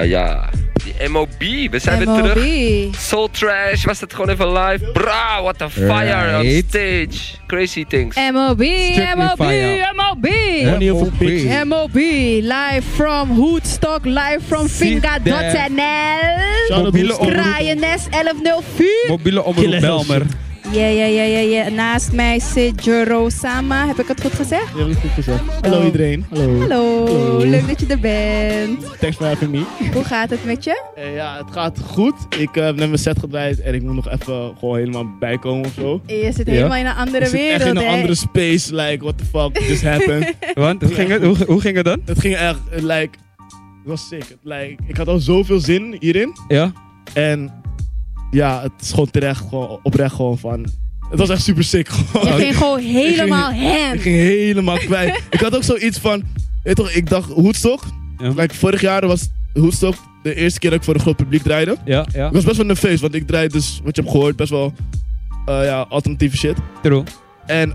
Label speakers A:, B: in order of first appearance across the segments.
A: Ah ja, die MOB, we zijn weer
B: MOB.
A: terug. Soul Trash was het gewoon even live. Bra, what a fire on
C: Right.
A: stage. Crazy things.
B: MOB,
C: Strictly
B: MOB,
C: fire.
B: MOB.
D: Money over
C: MOB.
D: pigs.
B: MOB, live from Hoedstock, live from
C: Sit there.
B: Finga.nl.
D: Shout out
C: Mobiele
D: to Steve.
C: omroep.
B: Kraaiennes 1104.
C: Mobiele omroep
D: Killer.
C: Belmer.
B: Ja, ja, ja, ja, ja. Naast mij zit Jero Sama. Heb ik het goed gezegd?
D: Ja, dat is goed gezegd. Hallo iedereen. Hallo.
B: Hallo,
D: Hallo.
B: leuk dat je er bent.
D: Thanks for having me.
B: Hoe gaat het met je?
D: Eh, ja, het gaat goed. Ik eh, heb net mijn set gedraaid en ik moet nog even gewoon helemaal bijkomen of zo.
B: Je zit
C: Ja.
B: helemaal in een andere
D: Ik zit
B: wereld,
D: echt in een
B: hè?
D: andere space, like, what the fuck just happened.
C: Want, hoe ging het, hoe, hoe ging het dan?
D: het ging echt, eh, like, het was sick. Het, Like, ik had al zoveel zin hierin.
C: Ja?
D: En ja, het is gewoon terecht, gewoon oprecht gewoon van... Het was echt super sick gewoon.
B: Je ging gewoon helemaal hem.
D: Ik ging helemaal kwijt. ik had ook zoiets van, weet toch, ik dacht Hoedstok.
C: Ja.
D: Like, vorig jaar was Hoedstok de eerste keer dat ik voor een groot publiek draaide.
C: Ja, ja.
D: Ik was best wel nerveus, want ik draai dus, wat je hebt gehoord, best wel eh, ja, alternatieve shit.
C: True.
D: En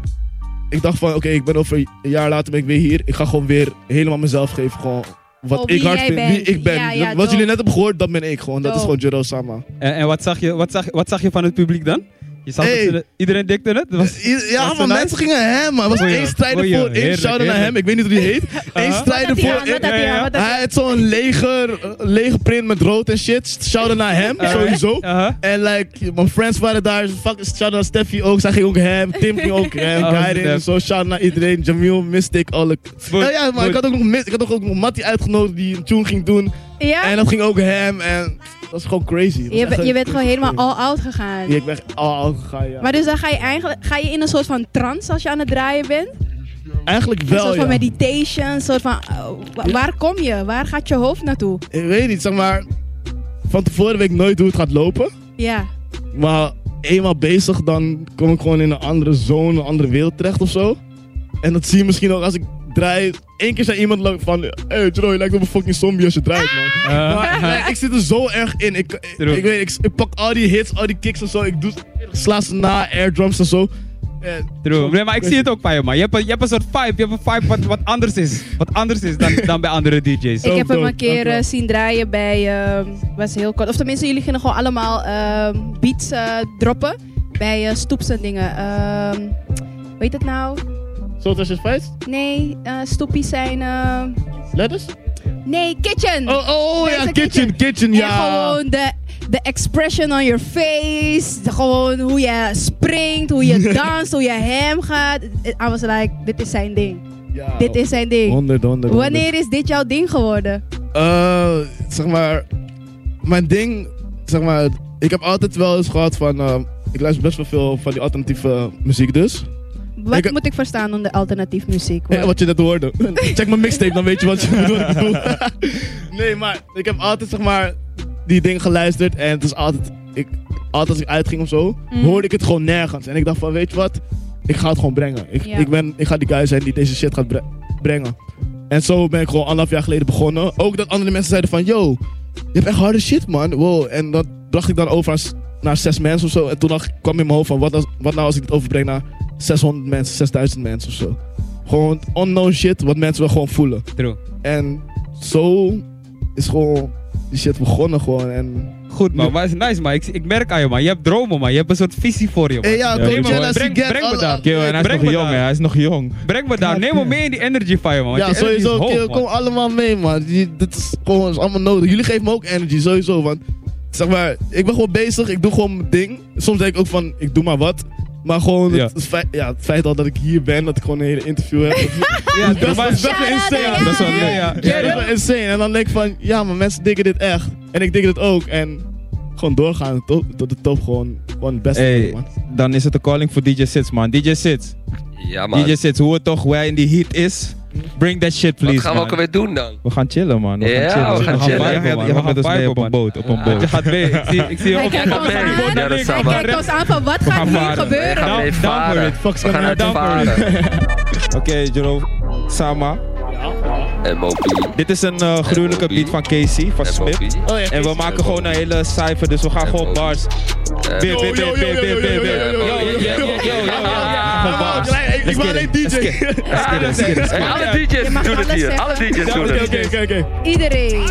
D: ik dacht van, oké, ik ben over een jaar later ben ik weer hier. Ik ga gewoon weer helemaal mezelf geven. Gewoon wat
B: Gewoon
D: ik
B: wie
D: hard
B: jij
D: vind, wie
B: bent.
D: ik ben.
B: Ja, ja,
D: wat
B: dope.
D: jullie net hebben gehoord, dat ben ik gewoon. Dat is
B: Dope.
D: gewoon Jero Sama.
C: En, en wat, zag je, wat, zag, wat zag je van het publiek dan? Je zag
D: Hey.
C: dat ze- iedereen dikte het? Dat was,
D: I-
C: was
D: Ja,
C: het
D: man,
C: nice?
D: mensen gingen hem, man. Er was
C: Goeie,
D: één strijder
C: goeie,
D: voor, één
C: heerlijk,
D: shout naar
C: heerlijk.
D: hem. Ik weet niet hoe die heet. Eén
C: Aha.
D: strijder
B: Wat had
D: voor,
B: hij aan, wat had
C: Ja,
B: hij
C: ja,
B: aan,
C: ja.
B: wat had hij
D: Hij had zo'n leger, leger print met rood en shit. Shout-out naar hem,
C: Eh,
D: sowieso.
C: aha.
D: En like, mijn friends waren daar. Fuck, shout-out naar Steffi ook. Zij ging ook hem. Tim ging ook hem.
C: Oh,
D: Kairin en
C: snap.
D: zo. Shout-out naar iedereen. Jamil, Mystic, alle...
C: eh.
D: Ja, ja, maar ik had ook nog, mis- ik had ook nog Matty uitgenodigd die een tune ging doen.
B: Ja?
D: En dat ging ook hem. En dat was gewoon crazy. Dat was
B: Je,
D: echt
B: be-
D: een-
B: je bent gewoon helemaal all-out gegaan.
D: Ja, ik ben oh, echt al gegaan, ja.
B: Maar dus dan ga je eigenlijk ga je in een soort van trance als je aan het draaien bent?
D: Eigenlijk
B: Een soort
D: wel,
B: van
D: ja.
B: meditation, een soort van... oh, wa- waar kom je? Waar gaat je hoofd naartoe?
D: Ik weet niet, zeg maar... Van tevoren weet ik nooit hoe het gaat lopen.
B: Ja.
D: Maar eenmaal bezig, dan kom ik gewoon in een andere zone, een andere wereld terecht of zo. En dat zie je misschien ook als ik draai. Eén keer zei iemand lang van, hey Joe, je lijkt op een fucking zombie als je draait, man.
C: Eh,
B: Ah.
D: Maar like, ik zit er zo erg in. Ik, ik,
C: True.
D: ik weet, ik, ik pak al die hits, al die kicks en zo. Ik doe, ik sla ze na, airdrums en zo. En
C: True. Nee, maar ik zie het ook bij je, man. Je hebt, een- je hebt een soort vibe. Je hebt een vibe wat, wat anders is. Wat anders is dan, dan bij andere DJ's.
B: Ik
D: Dope,
B: heb hem
D: dope,
B: een keer
D: dankjewel.
B: eh, zien draaien bij... ehm, was heel kort. Of tenminste, jullie gingen gewoon allemaal ehm, beats eh, droppen. Bij eh stoeps en dingen. Ehm hoe heet dat nou?
D: zo tussen vijf?
B: Nee, eh stoepies zijn... eh,
D: Letters?
B: nee, kitchen!
D: Oh, oh, oh,
B: Deze
D: ja,
B: kitchen.
D: kitchen, kitchen,
B: En
D: ja.
B: gewoon de, de expression on your face. de- Gewoon hoe je springt, hoe je danst, hoe je hem gaat. I was like, dit is zijn ding.
D: Ja.
B: Dit is zijn ding.
D: 100, 100, 100.
B: Wanneer is dit jouw ding geworden?
D: Eh, zeg maar, mijn ding, zeg maar, ik heb altijd wel eens gehad van, eh, ik luister best wel veel van die alternatieve muziek dus.
B: Wat
D: Ik-
B: moet ik verstaan onder alternatief muziek?
D: Eh, wat je net hoorde. Check mijn mixtape, dan weet je wat, je bedoelt, wat ik bedoel. nee, maar ik heb altijd, zeg maar, die ding geluisterd en het is altijd, ik, altijd als ik uitging of zo,
B: Mm.
D: hoorde ik het gewoon nergens. En ik dacht van, weet je wat, ik ga het gewoon brengen. Ik,
B: Ja.
D: ik, ben, ik ga die guy zijn die deze shit gaat bre- brengen. En zo ben ik gewoon anderhalf jaar geleden begonnen. Ook dat andere mensen zeiden van, yo, je hebt echt harde shit, man. Wow. En dat bracht ik dan over aan s- naar zes mensen of zo. En toen dacht, kwam in mijn hoofd van, wat, als, wat nou als ik dit overbreng naar 600 mensen, 6000 mensen of zo. Gewoon unknown shit wat mensen wel gewoon voelen.
C: True.
D: En zo is gewoon die shit begonnen gewoon. En,
C: Goed, man. Maar het is nice, man. Ik, ik merk aan je, man. Je hebt dromen, man. Je hebt een soort visie voor je, man.
D: en ja,
E: Ja,
D: Tony
E: weet je
D: Jenner,
E: wel.
D: as you
C: Breng-
D: get
C: breng me
D: all-
C: daar.
E: Kill, en hij is
C: Breng
E: nog
C: me
E: jong,
C: daar.
E: hè? Hij is nog jong.
C: Breng me daar. Neem me mee in die energy van je, man. want
D: Ja,
C: die energy is
D: sowieso.
C: hoog,
D: kill,
C: man.
D: kom allemaal mee, man. Die- dit is gewoon is allemaal nodig. Jullie geven me ook energy, sowieso. Want zeg maar, ik ben gewoon bezig. Ik doe gewoon mijn ding. Soms denk ik ook van, ik doe maar wat. Maar gewoon het,
C: Ja.
D: het feit, ja, het feit al dat ik hier ben, dat ik gewoon een hele interview heb.
C: Ja,
D: dat is
C: maar-
D: best wel insane.
C: Dat is wel
D: Ja,
C: leuk, ja.
D: Ja, dat is wel insane. En dan denk ik van, ja, maar mensen dikken dit echt. En ik dik dit ook. En gewoon doorgaan tot, tot de top. Gewoon, gewoon het beste
E: Hey.
D: doen, man.
E: Dan is het de calling voor DJ Sits, man. DJ Sits.
A: Ja man,
E: DJ Sits, hoe het toch waar in die heat is. Bring that shit, please.
A: wat gaan we
E: man.
A: ook alweer doen dan?
E: We gaan chillen, man. We
A: Ja,
E: gaan chillen.
A: we gaan chillen.
E: viben,
C: Je gaat-
E: man.
C: je
E: Je gaat
C: gaat
E: met ons mee
C: viben,
E: op een
C: man.
E: boot. Op een
C: Want je
E: boot.
C: gaat mee. Ik zie, ik zie
B: Hij
C: je
B: kijkt ons
A: mee.
B: aan.
A: Ja, dat is
B: Hij
A: waar.
B: kijkt ons aan van wat gaat hier
E: varen.
A: We
B: gebeuren?
A: gaan
E: Down-
A: weer
E: down for
A: varen.
E: it.
A: We
E: gaan
A: gaan
E: naar
A: uit
E: down for it.
A: varen.
E: Oké, Jero. Sama.
A: MOP.
E: Dit is een eh, gruwelijke beat van Casey, van Smith.
D: Oh, ja.
E: En we maken gewoon een hele cijfer, dus we gaan gewoon bars. Bip, bip,
D: Yo,
E: bip,
D: yo,
E: bip,
D: yo,
E: bip,
D: yo,
E: bip,
D: yo, yo,
E: bip.
D: yo, yo, yo, yo, yo, yo, yo.
E: Gewoon
D: Ah,
E: bars.
D: klein, ik- Ik ben alleen DJ.
A: Alle DJ's
B: mag
A: doen het
B: alles
A: hier. Alle
B: zeggen.
A: DJ's doen
D: Oké,
A: het.
D: oké, oké, oké.
B: Iedereen.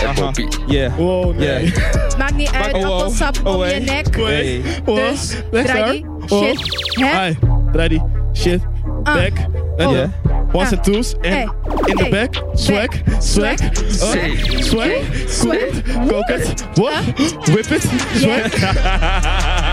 A: en
E: Aha.
A: Poppy.
E: Yeah.
D: Wow, nee.
E: Yeah.
B: Maakt niet uit,
E: oh, oh.
B: appelsap
E: Oh,
B: om je
E: hey.
B: nek.
E: Hey.
D: Wow.
B: Dus,
D: Legs
B: draai die
D: daar. Wow.
B: shit. Hè?
D: Hi, draai die shit.
B: Ah.
D: Back. En
B: Oh.
D: ja. Ones
B: Ah.
D: and twos. En
B: Hey.
D: in de
B: Hey.
D: back. Swag. Swag.
A: Zee.
D: Up. Swag.
B: Swag.
D: Kook het. What? Whip it. Swag.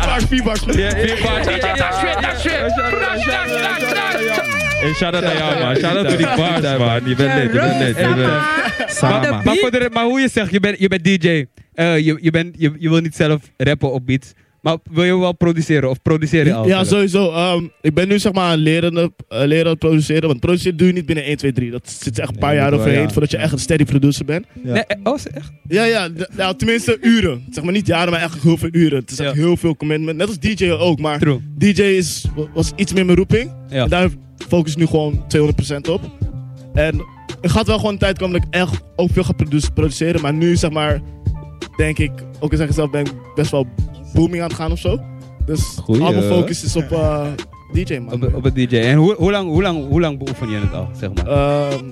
D: Bars, vier bars.
E: Yeah.
A: That's it, that's it. That's, that's, that's, that's.
E: Hey, shout out naar jou, man. Shout out to die bars, man. Je bent lid, je bent lid. je bent- Sama.
C: Maar, voor de re- maar hoe je zegt, je bent, je bent DJ. Eh, je, je, bent, je, je wil niet zelf rappen op beats. Maar wil je wel produceren? Of produceer je al?
D: Ja,
C: zelf?
D: sowieso. Ehm, ik ben nu zeg maar een lerende, eh, leren produceren. Want produceren doe je niet binnen 1, 2, 3. Dat zit echt een paar
E: Nee,
D: jaar
E: dat wel,
D: overheen
E: ja.
D: voordat je echt een steady producer bent.
C: Nee, eh, oh, is het echt?
D: Ja, ja, d- nou, tenminste uren. Zeg maar niet jaren, maar echt heel veel uren. Het is echt
C: Ja.
D: heel veel commitment. Net als DJ ook, maar
C: True.
D: DJ is, was iets meer mijn roeping.
C: Ja.
D: En daar focus ik nu gewoon 200% op. En er gaat wel gewoon een tijd komen dat ik echt ook veel ga produ- produceren. Maar nu zeg maar, denk ik, ook al zeg ik zelf, ben ik best wel booming aan het gaan of zo. Dus
E: Goeie.
D: al mijn focus is op eh, DJ, man.
C: Op, op het DJ. En hoe, hoe, lang, hoe, lang, hoe lang beoefen je het al, zeg maar?
D: Ehm,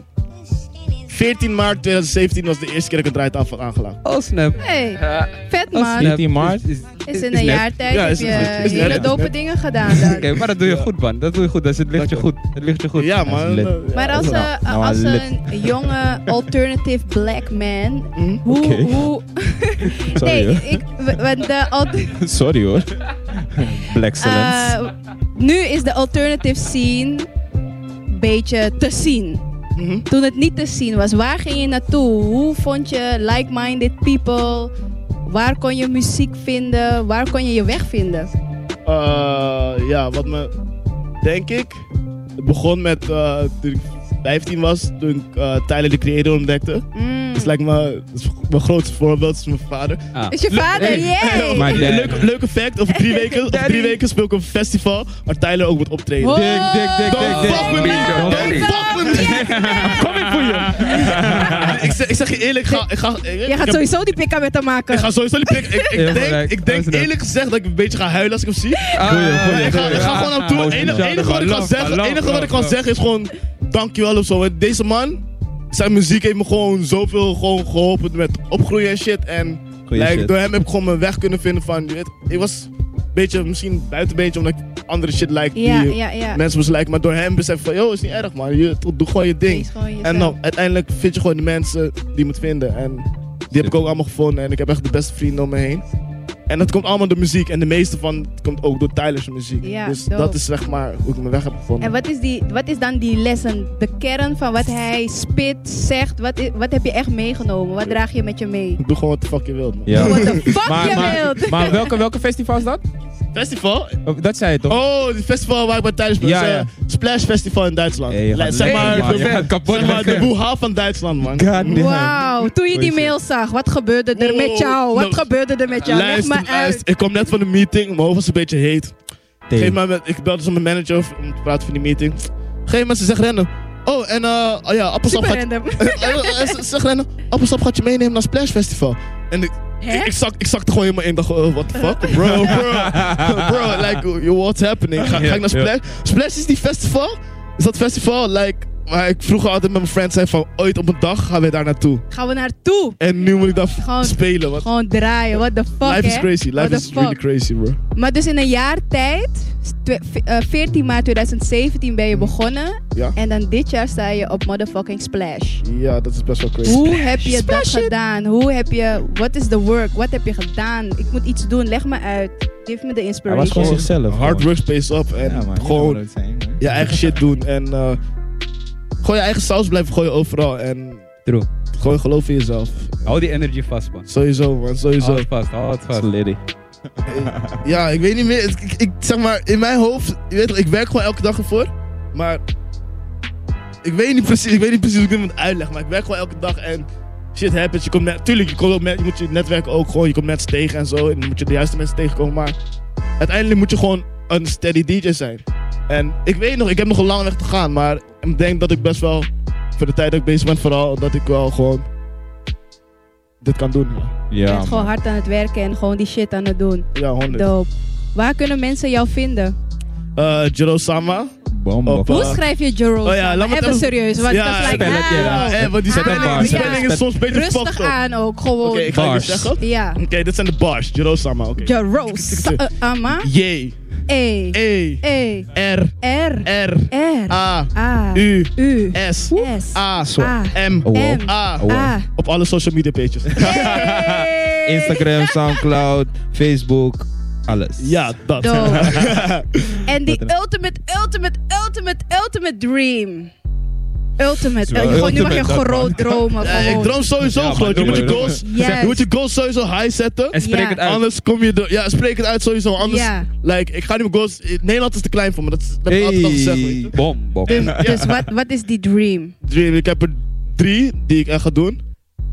D: 14 maart 2017 was de eerste keer dat ik het draaitafel aangelaagd.
C: Oh, snap.
B: Hey,
A: Eh,
B: vet
C: Oh,
B: man.
C: snap.
E: 14 maart.
C: Is,
B: Is in
C: is
B: een
C: net.
B: jaar tijd
D: Ja,
B: heb
D: is-
B: je
D: is- is net,
B: hele
D: is
B: dope
D: net.
B: dingen gedaan daar.
C: Oké, maar dat doe je goed, man. Dat doe je goed. Dat is, het ligt je goed. Het ligt je goed.
D: Ja,
E: is
D: man.
E: lit.
D: eh,
B: Maar
D: ja,
B: als,
D: dat is-
B: eh,
E: nou,
B: als
E: lip.
B: een jonge alternative black man,
D: Mhm.
B: hoe...
E: Oké.
B: hoe
E: Sorry,
B: nee,
E: hoor.
B: ik, w- want de al-
E: Sorry, hoor. Black Excellence.
B: eh, nu is de alternative scene een beetje te zien.
D: Mhm.
B: Toen het niet te zien was, waar ging je naartoe? Hoe vond je like-minded people? Waar kon je muziek vinden? Waar kon je je weg vinden?
D: Eh, ja, wat me. Denk ik. Het begon met. eh, toen ik 15 was, toen ik eh Tyler de Creator ontdekte. Dat
B: Mm.
D: is lijkt me. dat is mijn grootste voorbeeld, is mijn vader.
C: Ah.
B: Is je vader, yay!
E: Maar
D: Een
E: dad.
D: Leuk, leuk effect, over drie weken, over
C: Daddy.
D: drie weken speel ik een festival waar Tyler ook moet optreden.
B: Wow.
E: Dik, dik, dik, dik,
D: Don't
E: dik.
D: fuck with me!
A: Bingo.
D: Don't fuck with me! Kom ik voor je! ik, zeg, ik zeg je eerlijk, ik ga, ik ga, ik, ik
B: Je gaat
D: heb-
B: sowieso die pik aan met hem
D: ik
B: maken.
D: ga sowieso die pik. Ik, ik
C: Heel
D: denk,
C: gelijk.
D: ik denk
C: Luister. nou.
D: eerlijk gezegd dat ik een beetje ga huilen als ik hem zie.
C: Ah,
D: Ja, ik, ga, ik ga gewoon aan toe. Het enige, enige wat ik kan zeggen, het enige wat ik kan zeggen is gewoon dankjewel of zo. Want Deze man, zijn muziek heeft me gewoon zoveel gewoon geholpen met opgroeien en shit. En
E: Goeie
D: like,
E: shit.
D: door hem heb ik gewoon mijn weg kunnen vinden van, je weet, ik was een beetje, misschien buiten een beetje omdat ik andere shit like
B: Ja,
D: die
B: ja, ja.
D: mensen moest liken. Maar door hem besef ik van, yo, is niet erg man, je, doe gewoon je ding.
B: Wees gewoon jezelf.
D: En dan uiteindelijk vind je gewoon de mensen die je moet vinden. En die heb ik ook allemaal gevonden. En ik heb echt de beste vrienden om me heen. En dat komt allemaal door muziek. En de meeste van het komt ook door Tyler's muziek.
B: Ja,
D: dus
B: dope.
D: dat is zeg maar hoe ik mijn weg heb gevonden.
B: En wat is, die, wat is dan die lessen? De kern van wat hij spit, zegt. Wat, i- wat heb je echt meegenomen? Wat draag je met je mee?
D: Ik doe gewoon wat de fuck je wilt, man.
E: Ja.
B: What the fuck
E: Maar,
B: je
E: maar,
B: wilt?
E: maar welke, welke festival is dat?
D: Festival?
E: Oh, Dat zei je toch?
D: Oh, het festival waar ik bij Tyler's ben.
E: Ja,
D: is, eh,
E: ja.
D: Splash Festival in Duitsland.
E: Hey, je
D: La-
E: gaat
D: zeg
E: lekker,
D: maar,
E: man.
D: de,
E: Je gaat kapot
D: zeg maar de
E: maken.
D: boeha van Duitsland, man.
E: God damn.
B: Wauw, toen je die
E: Goeie
B: mail zag, wat gebeurde er
D: Wow,
B: met jou? Wat
D: Oh, no.
B: gebeurde er met jou? Leg
D: Luister,
B: me uit.
D: luister. Ik kom net van een meeting. Mijn hoofd was een beetje heet.
E: Tegen.
D: Geef maar met, ik belde ze mijn manager over om te praten van die meeting. Geef maar, ze zegt rennen. Oh, en eh, oh ja, appelsap
B: Super
D: gaat,
B: random.
D: Eh, eh, ze zegt rennen, appelsap gaat je meenemen naar Splash Festival. En ik,
B: Hè?
D: ik, ik zak, ik zakte gewoon helemaal in. dacht, eh, what the fuck? Bro, bro. bro, like, yo, what's happening? Ga, ga ik naar Splash? Splash is die festival? Is dat festival? Like, maar ik vroeger altijd met mijn friends zei van, ooit op een dag gaan we daar naartoe.
B: Gaan we naartoe?
D: En nu moet ik daar
B: Gewoon-
D: spelen. Want
B: Gewoon draaien, what the fuck
D: life is
B: hè?
D: crazy.
B: What
D: Life
B: the
D: is really
B: fuck?
D: crazy, bro.
B: Maar dus in een jaar tijd, twe- ve- eh, 14 maart 2017 ben je begonnen.
D: Ja.
B: En dan dit jaar sta je op motherfucking Splash.
D: Ja, dat is best wel crazy.
B: Hoe heb je dat gedaan? Hoe heb je, what is the work? Wat heb je gedaan? Ik moet iets doen, leg me uit. Geef me de
E: Hij
B: inspiration.
E: was gewoon zichzelf.
D: Hard
E: gewoon.
D: work pays up. En
E: Ja, man.
D: gewoon
E: Ja, dat zijn, man.
D: je eigen shit doen. En eh, gewoon je eigen saus blijven gooien overal. En
C: True.
D: gewoon geloof in jezelf.
C: Hou die energy vast, man.
D: Sowieso, man. Sowieso.
E: Ah,
C: Hou het vast, hou het vast.
E: Lady.
D: Ja, ik weet niet meer. Ik, ik- ik- zeg maar, in mijn hoofd, je weet toch, ik werk gewoon elke dag ervoor. Maar ik weet niet precies, ik weet niet precies hoe ik dit moet uitleggen. Maar ik werk gewoon elke dag en shit happens. Je komt net, tuurlijk, je, komt ook met, je moet je netwerk ook gewoon, je komt mensen tegen en zo. En dan moet je de juiste mensen tegenkomen. Maar uiteindelijk moet je gewoon een steady DJ zijn. En ik weet nog, ik heb nog een lange weg te gaan. Maar ik denk dat ik best wel, voor de tijd dat ik bezig ben vooral, dat ik wel gewoon dit kan doen. Ja,
B: Je
E: Ja.
B: bent gewoon
E: man.
B: hard aan het werken en gewoon die shit aan het doen.
D: ja 100.
B: Dope. Waar kunnen mensen jou vinden?
D: Eh Jiro Sama,
E: Bomba.
D: Op,
E: Bomba.
D: eh,
B: Hoe schrijf je Jeroen?
D: Oh ja, laat me
B: even
D: even-
B: serieus, want dat lijkt
E: spel het,
B: me...
E: Oh. ja.
B: Ah,
D: eh, want die
B: Zet een
D: spelling,
E: bar,
D: die
E: zet
D: spelling
E: een
D: is soms beter
B: Rustig
D: fucked up.
B: aan ook, gewoon.
D: Oké, ik ga het
E: Bars.
D: je zeggen. Oké,
B: Ja.
D: dit zijn de bars. Jerosama, oké.
B: Jeroen. Sa- eh, Ama.
D: J,
B: E.
D: E,
B: E.
D: R,
B: R.
D: R,
B: R.
D: A,
B: A.
D: U,
B: U.
D: S,
B: S.
D: A, zo,
B: A.
D: M,
E: Oh, wow.
B: M.
D: A.
E: Oh, wow.
B: A.
D: Op alle social media pages.
B: Hey.
E: Instagram, Soundcloud, Facebook, alles.
D: ja, dat.
B: Dope. En die
E: Wat dan?
B: ultimate, ultimate, ultimate, ultimate dream. Ultimate.
E: Zo,
B: Eh, gewoon, nu mag je
E: ultimate, dat
B: groot dromen.
D: Ja,
B: gewoon.
D: ik droom sowieso
E: Ja, maar
D: groot. Je
E: doe
D: moet je
E: maar, doe
D: goals,
B: maar.
D: je moet je goals sowieso high zetten.
C: En spreek
B: Ja.
C: het uit.
D: Anders kom je door. Ja, spreek het uit sowieso. Anders,
B: Ja.
D: like, ik ga niet mijn goals. Nederland is te klein voor me. Dat, is- dat heb ik altijd al gezegd. weet
E: Hey,
D: je.
E: bom, bom.
B: Dus, dus wat, wat is die dream?
D: Dream, ik heb er drie die ik echt ga doen: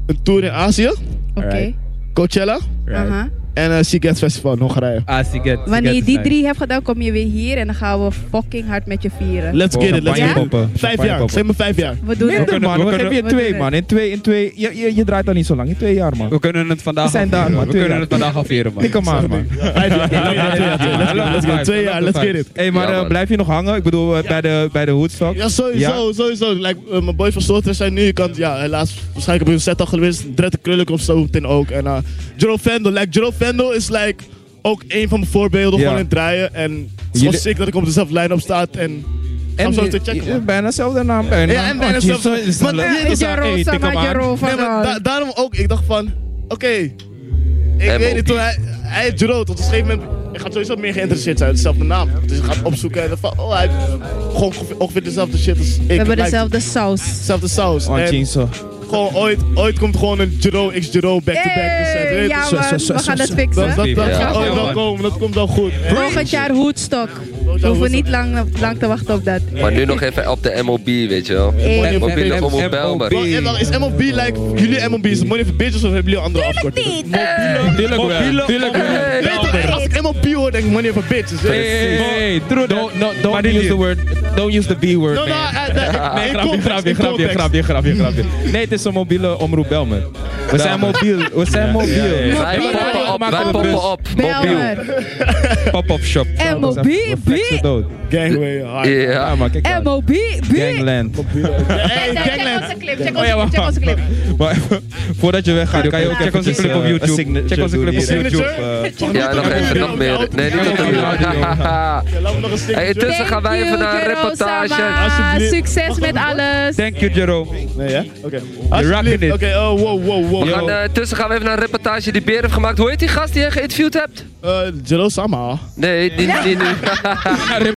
D: een tour in Azië,
B: Oké.
E: Alright.
D: Coachella
B: aha.
D: en een Seagate Festival in Hongarije.
C: Ah, Siget.
B: Wanneer je die drie hebt gedaan, kom je weer hier en dan gaan we fucking hard met je vieren.
D: Let's get it, let's
B: Ja?
D: get it.
E: Champagnepoppen,
D: Vijf jaar,
E: champagnepoppen.
D: zeg maar vijf jaar.
B: We doen
C: Nee,
B: het.
C: dat- kunnen-
E: Minder man,
C: we
E: we
C: kunnen-
E: geven je
B: we
E: twee
B: kunnen-
E: man. In twee, in twee, je, je, je draait al niet zo lang. In twee jaar man.
C: We kunnen het vandaag
E: We zijn daar,
C: afvieren.
E: man.
C: We
E: Twee
C: kunnen
E: jaar.
C: het vandaag afvieren, man.
E: Dikke man man.
D: Vijf jaar, twee jaar, twee jaar, twee jaar. Let's get it, let's get it. Twee jaar, let's get it.
E: Hey, maar
A: Ja,
E: eh,
A: man.
E: blijf je nog hangen? Ik bedoel, eh, bij de, bij de hoedstok.
D: Ja, sowieso, sowieso. Like, eh, mijn boys van Soorten zijn nu. Je kan, ja, helaas, waarschijnlijk heb je een set al geweest. Drette Krullen komt zo meteen ook. En eh Jero Vendel. Like, Jero Vendel is like, ook een van mijn voorbeelden
E: Ja.
D: gewoon in het draaien. En het is gewoon
E: Jullie-
D: sick dat ik op dezelfde lijn op sta. En,
E: En
D: Om zo te
E: je-
D: checken,
E: je-
D: man.
E: Bijna dezelfde naam. Bijna.
D: Ja, en bijna
E: Oh, jezus,
D: zelfde-
E: is
D: Maar-
E: dat-
D: Ja,
E: Hey,
B: Eh,
E: dikke man.
B: Jeroen,
E: Hey, dikke
B: Sama,
E: man.
B: Jeroen
D: nee,
B: van
D: maar da-
B: Gaal.
D: daarom ook. Ik dacht van, oké. ik weet niet, toen hij, hij heeft Jero, tot op een gegeven moment... Ik ga sowieso meer geïnteresseerd zijn, in dezelfde naam. Dus ik ga het opzoeken en dan van, oh, hij heeft gewoon ongeveer- ongeveer dezelfde shit als ik.
B: We hebben
D: Like,
B: dezelfde saus.
D: Dezelfde saus.
E: Oh,
D: En-
E: Chinzo.
D: Gewoon ooit, ooit komt gewoon een Jero x Jero back-to-back gezet.
B: Hey,
D: dus, eh, weet je?
B: Eh, ja
E: zo,
B: man,
E: zo, zo,
B: we gaan
E: zo,
B: dat
E: zo.
D: Dat,
B: fixen.
D: dat, dat
A: Ja.
D: gaat ooit
C: Ja,
D: wel
C: man.
D: komen, dat komt wel goed.
B: Volgend jaar hoedstok. We hoeven niet lang, lang te wachten op dat.
A: Maar nu nog even op de MOB, weet je wel.
B: Eh,
A: Mobiele
C: M-
A: omroep
C: M-
A: Belmer.
C: MOB.
D: Wel, en dan is MLB like, jullie MLB, is het money for bitches of hebben jullie een andere afkorting?
B: niet. eh,
E: Tuurlijk wel. Tuurlijk wel.
D: Weet je, als ik MLB hoor, denk ik money for bitches. weet je.
C: Hey, hey,
E: Don't, don't, no,
C: Maar
E: don't
C: dit
E: use
C: niet.
E: the word. Don't use the B-word.
D: No, no,
E: man.
D: eh, eh,
E: Nee,
D: in
E: grapje,
D: context,
E: grapje,
D: in
E: grapje,
D: context.
E: grapje, grapje, grapje. Nee, het is een mobiele omroep Belmer. We zijn mobiel, we zijn mobiel.
A: Wij
B: Mobiel.
A: poppen op,
E: Maar
A: wij
E: kom
A: poppen
E: dus.
A: op. Mobiel.
B: Belmer.
E: Pop-up shop.
B: MOB,
E: We flexen dood.
D: Gangway, ah, hard.
E: Ja,
A: Ja.
E: maar
B: Eh,
E: kijk daar.
B: MOB, B.
E: Gangland.
D: Hey,
B: Check
D: gangland.
B: onze clip, check
E: Oh
B: onze-
E: ja, wacht,
B: check onze clip.
E: Maar voordat je weggaat, kan je ook
B: Check
E: even Eh,
C: onze clip op YouTube. Check onze clip op
D: YouTube.
A: Ja, nog even, nog meer. Nee, niet op de radio.
D: Laat me nog een
A: Hey,
D: stukje.
A: intussen Dus gaan wij
B: Thank
A: even
B: you,
A: naar een
B: Jero Sama.
A: reportage.
D: Alsjeblieft.
B: Succes met alles.
C: Thank you, Jerome.
D: Nee, hè? Oké. Alsjeblieft.
C: it.
D: Oké, oh, wow, wow,
A: We gaan,
D: wow.
A: eh, intussen gaan we even naar een reportage die Beer heeft
D: Uh,
A: gemaakt. Hoe heet die gast die je geïnterviewd hebt?
D: Eh, Jero Sama.
A: Nee, niet, niet nu.